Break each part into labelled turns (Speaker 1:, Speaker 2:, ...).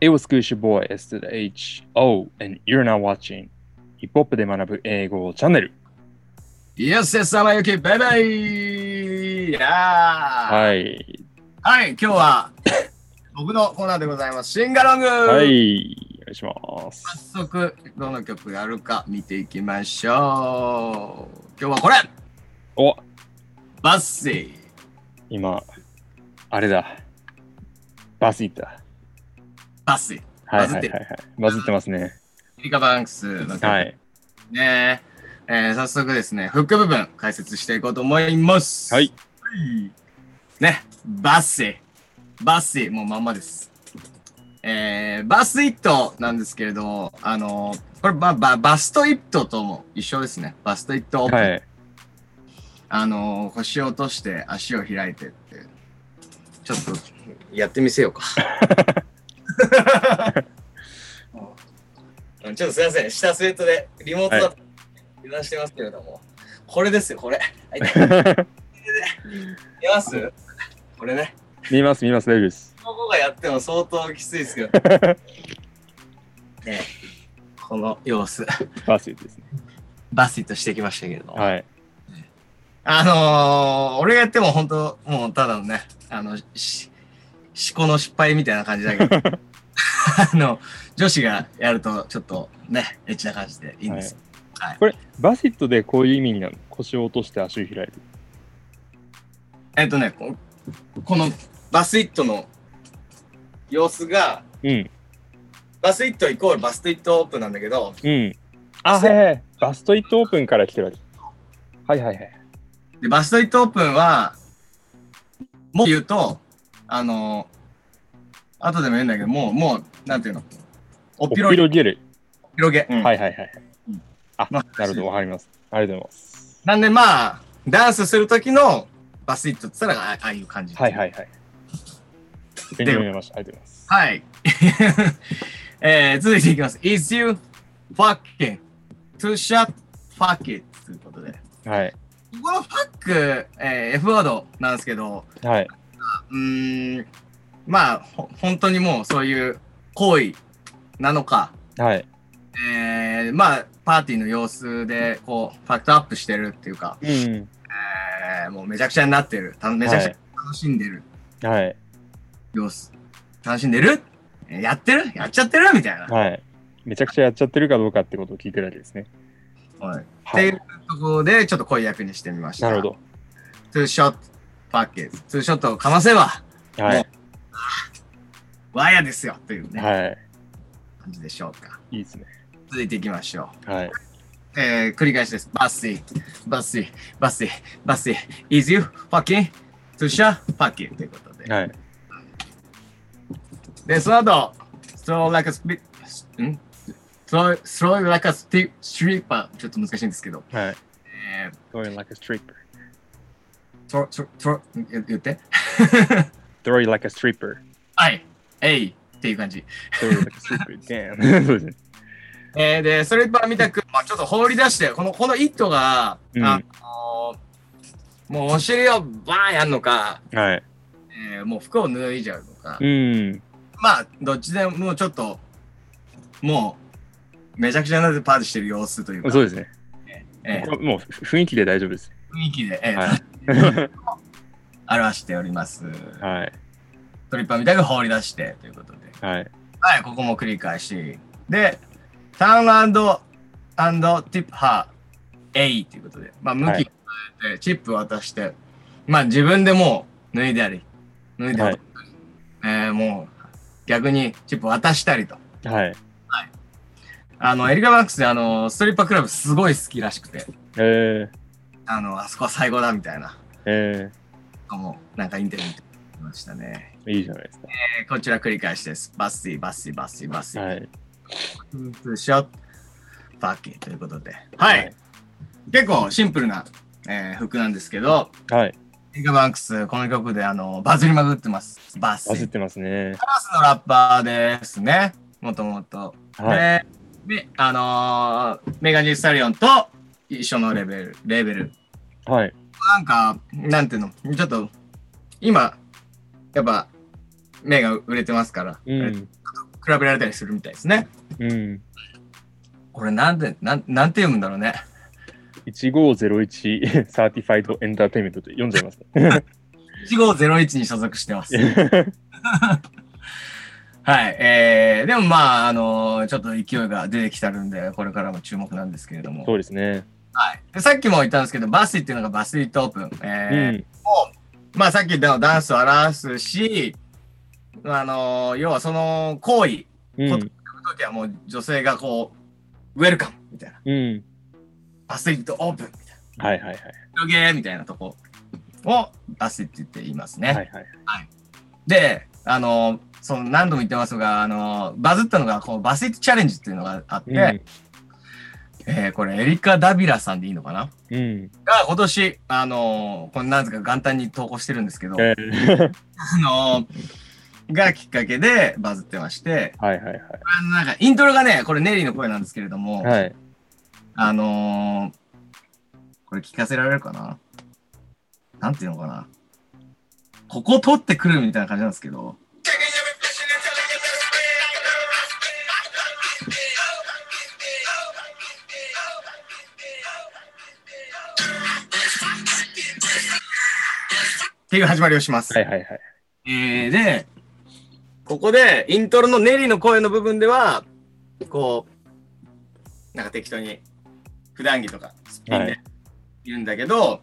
Speaker 1: It was Gucci Boy S to the H O and you're now watching ヒップホップで学ぶ英語チャンネル。
Speaker 2: Yes, yes, 浜きバイバイは
Speaker 1: はい。
Speaker 2: はい、今日は僕のコーナーでございます。シンガロング
Speaker 1: はい。お願いします。
Speaker 2: 早速、どの曲やるか見ていきましょう。今日はこれ
Speaker 1: お
Speaker 2: バッシー
Speaker 1: 今、あれだ。バズった。
Speaker 2: バッシー
Speaker 1: はいはい
Speaker 2: バズ
Speaker 1: は
Speaker 2: っ
Speaker 1: い、
Speaker 2: てる
Speaker 1: はい。バズってますね。
Speaker 2: エリカ・バンクスの曲
Speaker 1: はい。
Speaker 2: ね、えー早速ですね、フック部分解説していこうと思います。
Speaker 1: はい。
Speaker 2: はいね、バッシー。バッシー、もうまんまです。えー、バスイットなんですけれど、あのこればばバストイットとも一緒ですね。バストイットオープン、
Speaker 1: はい。
Speaker 2: あの腰を落として足を開いてって、ちょっとやってみせようか。うん ちょっとすいません、下スウェットでリモートだと油断してますけれども、これですよ、これ。 はい、見えますこれね、
Speaker 1: 見えます見えます。大丈夫です。
Speaker 2: ここがやっても相当きついです けど。ねこの様子、
Speaker 1: バズですね。
Speaker 2: バスイットしてきましたけれども。
Speaker 1: はい。
Speaker 2: あのー、俺がやっても本当もうただのね、あの、し、思考の失敗みたいな感じだ けど、あの、女子がやるとちょっとね、エッチな感じでいいんです。
Speaker 1: バシットでこういう意味になる。腰を落として足を開いる。
Speaker 2: えっとねこ、このバスイットの様子が、
Speaker 1: うん。
Speaker 2: バスイットイコールバストイットオープンなんだけど、
Speaker 1: うん。あ、
Speaker 2: せ
Speaker 1: はいはい。バストイットオープンから来てるわけ。はいはいはい。
Speaker 2: でバストイットオープンは、もう言うと、あのー、後でも言うんだけど、もう、もう、なんていうの、おっ
Speaker 1: お
Speaker 2: ぴろ
Speaker 1: 広
Speaker 2: げ、
Speaker 1: げる。
Speaker 2: 広げ。うん
Speaker 1: はいはいはい。
Speaker 2: うん
Speaker 1: あ、
Speaker 2: ま
Speaker 1: な
Speaker 2: あ
Speaker 1: るほど、わかります。ありがとうございます。
Speaker 2: なんでまあ、ダンスする時のバスイットって言ったら、あああいう感じ。
Speaker 1: はいはいはい。勉強になりました。ありがとうございます。
Speaker 2: はい。 えー、続いていきます。Is you fucking to shut fuck it ということで。こ
Speaker 1: はい。
Speaker 2: この fuck、えー F ワードなんですけど、
Speaker 1: はい。
Speaker 2: うーん、まあ、ほ本当にもうそういう行為なのか、
Speaker 1: はい。
Speaker 2: えー、まあ、パーティーの様子で、こう、ファクトアップしてるっていうか、
Speaker 1: うん。
Speaker 2: えー、もうめちゃくちゃになってる。ためちゃくちゃ楽しんでる
Speaker 1: はい。
Speaker 2: 様子。楽しんでるえーやってるやっちゃってるみたいな。
Speaker 1: はい。めちゃくちゃやっちゃってるかどうかってことを聞いてるわけですね。
Speaker 2: はいっ
Speaker 1: は
Speaker 2: てい
Speaker 1: い。
Speaker 2: うところで、ちょっとこういう役にしてみました。
Speaker 1: なるほ。
Speaker 2: ツーショットパッケージ。ツーショットをかませば、
Speaker 1: ど。は
Speaker 2: も
Speaker 1: い。
Speaker 2: ワイヤですよというね、
Speaker 1: は
Speaker 2: 感じでしょうか。
Speaker 1: い。いいですね。
Speaker 2: 続いていきましょ
Speaker 1: はい。
Speaker 2: う。えー、繰り返しです。バッシー、バッシー、バッシー、バッシー、is you fucking, ツーショットパッケージということで。
Speaker 1: はい。
Speaker 2: で、その後、throw like a split, ん throw, throw like a strip- stripper。ちょっと難しいんですけど。
Speaker 1: はい。
Speaker 2: えー
Speaker 1: Throwing like a stripper.
Speaker 2: throw, throw, throw 言言って。
Speaker 1: Throwing like a stripper.
Speaker 2: はい。えいっていう感じ。
Speaker 1: Throwing like a stripper. Damn. そうですね。
Speaker 2: えーで、それから見たく、まあ、ちょっと放り出して、この、この「イット!」が、
Speaker 1: うん
Speaker 2: あのーもうお尻をバーンやんのか、
Speaker 1: はい。
Speaker 2: えーもう服を脱いじゃうのか、
Speaker 1: うん。
Speaker 2: まあ、どっちでももうちょっと、もう、めちゃくちゃなぜパーティーしてる様子というか、
Speaker 1: そうですね。
Speaker 2: えー
Speaker 1: これもう雰囲気で大丈夫 です。
Speaker 2: 雰囲気で、えー
Speaker 1: は
Speaker 2: 表しております。
Speaker 1: い。はい。
Speaker 2: トリッパーみたく放り出して、ということで。
Speaker 1: はい。
Speaker 2: はい、ここも繰り返し。で、ターンアンド、アンド、ティップ、ハー、エイということで、まあ、向きを
Speaker 1: は
Speaker 2: 変
Speaker 1: い
Speaker 2: えて、チップ渡して、まあ、自分でもう脱いだり、脱いだ
Speaker 1: は
Speaker 2: り
Speaker 1: い、
Speaker 2: えーもう、逆にチップ渡したりと。
Speaker 1: はい。
Speaker 2: あの、エリカ・バンクスで、あの、ストリッパークラブすごい好きらしくて、
Speaker 1: えー、
Speaker 2: あの、あそこは最後だみたいな、
Speaker 1: え
Speaker 2: もう、なんかインタビュー見てましたね。
Speaker 1: ー、いいじゃないですか。
Speaker 2: えーこちら繰り返しです。バッシー、バッシー、バッシー、バッシー。
Speaker 1: はい。
Speaker 2: ツーショット、パッキーということで。はい。。結構シンプルな、えー服なんですけど、
Speaker 1: はい。
Speaker 2: リカ・バンクス、この曲であのバズりまくってます。バス。
Speaker 1: バズっ
Speaker 2: カ
Speaker 1: てますね。
Speaker 2: ラスのラッパーですね、もともと。
Speaker 1: はい。
Speaker 2: で、めあのーメガジスタリオンと一緒のレベル、レベル。
Speaker 1: はい。
Speaker 2: なんか、なんていうの、ちょっと、今、やっぱ、目が売れてますから、
Speaker 1: うん。
Speaker 2: 比べられたりするみたいですね。
Speaker 1: うん。
Speaker 2: これなんで、なんなんて読むんだろうね。
Speaker 1: 1501サーティファイドエンターテインメントって読んじゃい ますね。
Speaker 2: 1501に所属してます。はい。えー、でもまあ、あのーちょっと勢いが出てきたるんで、これからも注目なんですけれども。
Speaker 1: そうですね。
Speaker 2: はい。でさっきも言ったんですけど、バスイっていうのがバスイートオープン。え
Speaker 1: う
Speaker 2: ー
Speaker 1: ん。
Speaker 2: まあさっき言ったのダンスを表すし、あのー要はその行為、
Speaker 1: うん。
Speaker 2: の時はもう女性がこう、ウェルカムみたいな。
Speaker 1: うん。
Speaker 2: バスイートオープンみたいな。
Speaker 1: はいはいはい。
Speaker 2: 広げーみたいなとこをバスイって言って言いますね。
Speaker 1: はいはい。
Speaker 2: で、あの、その何度も言ってますが、あの、バズったのが、このバスイットチャレンジっていうのがあって、
Speaker 1: うん。
Speaker 2: えーこれエリカ・ダビラさんでいいのかな
Speaker 1: うん。
Speaker 2: が今年、あの、この何ですか元旦に投稿してるんですけど、
Speaker 1: えー
Speaker 2: あの、がきっかけでバズってまして、
Speaker 1: はいはい
Speaker 2: あのなんかイントロがね、これネリーの声なんですけれども、
Speaker 1: はい。はい。
Speaker 2: あのーこれ聞かせられるかななんていうのかなここ取ってくるみたいな感じなんですけど。っていう始まりをします。
Speaker 1: はいはいはい。
Speaker 2: えーで、ここで、イントロのネリーの声の部分では、こう、なんか適当に、普段着とか、すっぴん
Speaker 1: は
Speaker 2: で
Speaker 1: い
Speaker 2: 言うんだけど、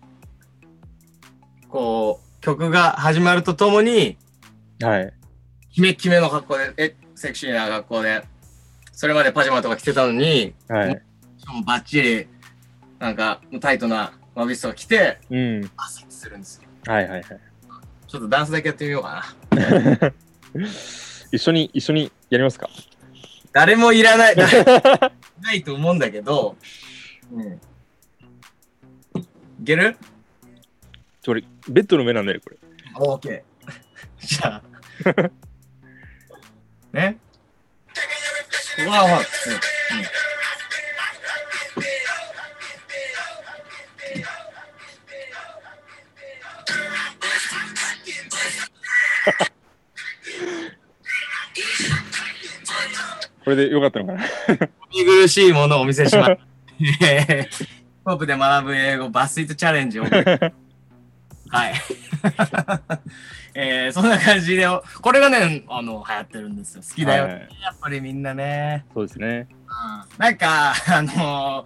Speaker 2: こう、曲が始まるとともに、
Speaker 1: はい。
Speaker 2: キメキメの格好で、え、セクシーな格好で、それまでパジャマとか着てたのに、
Speaker 1: はい。
Speaker 2: しかもバッチリ、なんか、タイトなワビストが着て、
Speaker 1: うん。
Speaker 2: 汗するんですよ。
Speaker 1: はいはいはい。
Speaker 2: ちょっとダンスだけやってみようかな。
Speaker 1: 一緒に、一緒にやりますか。
Speaker 2: 誰もいらない、ないと思うんだけど、うん。いける
Speaker 1: ちょ、俺、ベッドの上なんだよ、これ。
Speaker 2: オーケー。 じゃあ。ねうわうわ、
Speaker 1: これでよかったのかな。
Speaker 2: うん、見苦しいものをお見せします。 ポップで学ぶ英語バスイートチャレン ジを。はい。えー、そんな感じで、これがね、あの、流行ってるんですよ。好きだよ、
Speaker 1: はいはい
Speaker 2: やっぱりみんなね。
Speaker 1: そうですね。
Speaker 2: なんか、あのー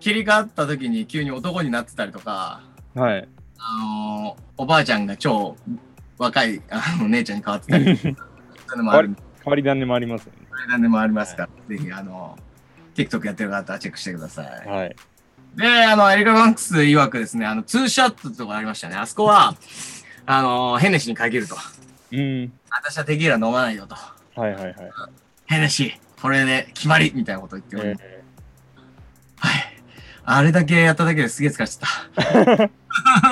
Speaker 2: 切り替わった時に急に男になってたりとか、
Speaker 1: はい。
Speaker 2: あのーおばあちゃんが超若いあの姉ちゃんに変わってたりとか、そういうのもある、
Speaker 1: 変わり種もありますよね。
Speaker 2: 何でもありますから、ぜひ、あの TikTok やってる方はチェックしてください。
Speaker 1: はい。
Speaker 2: で、あの、エリカ・バンクス曰くですね、あの、ツーショットとかありましたね。あそこは、あのーヘネシーに限ると。
Speaker 1: うん。
Speaker 2: 私はテキーラ飲まないよと。
Speaker 1: はいはいはい。
Speaker 2: ヘネシー、これで決まりみたいなこと言っております。
Speaker 1: え
Speaker 2: はい。あれだけやっただけですげえ疲れちゃった。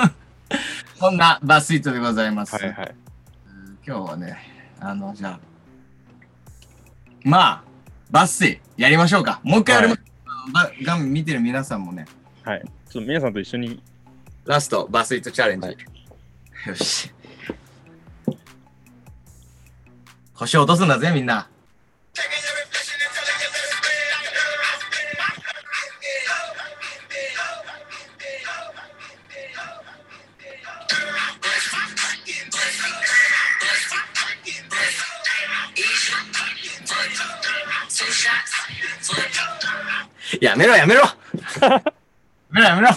Speaker 2: こんなバスイートでございます。
Speaker 1: ーはいはい。
Speaker 2: 今日はね、あの、じゃあ、まあ、バスイやりましょうか。もう一回やりましょう。あのば画面見てる皆さんもね、
Speaker 1: はい。ちょっと皆さんと一緒に。
Speaker 2: ラストバスイートチャレンジ。
Speaker 1: はい
Speaker 2: よし。腰を落とすんだぜ、みんな。やめろやめ ろやめろやめろ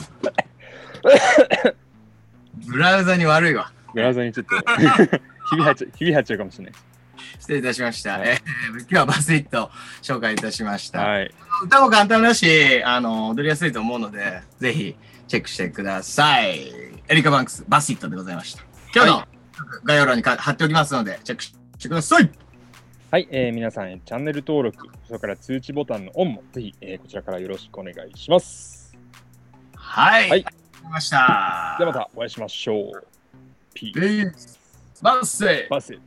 Speaker 2: ブラウザに悪いわ。
Speaker 1: ブラウザにちょっとひび入っちゃう、ひび入っちゃうかもしれないです。
Speaker 2: 失礼いたしました。
Speaker 1: はい
Speaker 2: えー今日はバスイット紹介いたしました。
Speaker 1: はい。
Speaker 2: 歌も簡単だし、あの、踊りやすいと思うので、ぜひチェックしてください。エリカ・バンクス、バスイットでございました。今日の概要欄にか貼っておきますので、チェックしてください。
Speaker 1: はい、えー皆さん、えーチャンネル登録、それから通知ボタンのオンも、ぜひ、えーこちらからよろしくお願いします。
Speaker 2: はい。
Speaker 1: は
Speaker 2: あ
Speaker 1: い
Speaker 2: りがとうございました。
Speaker 1: ではまたお会いしましょう。ピー
Speaker 2: た。バスイ
Speaker 1: ス。バス。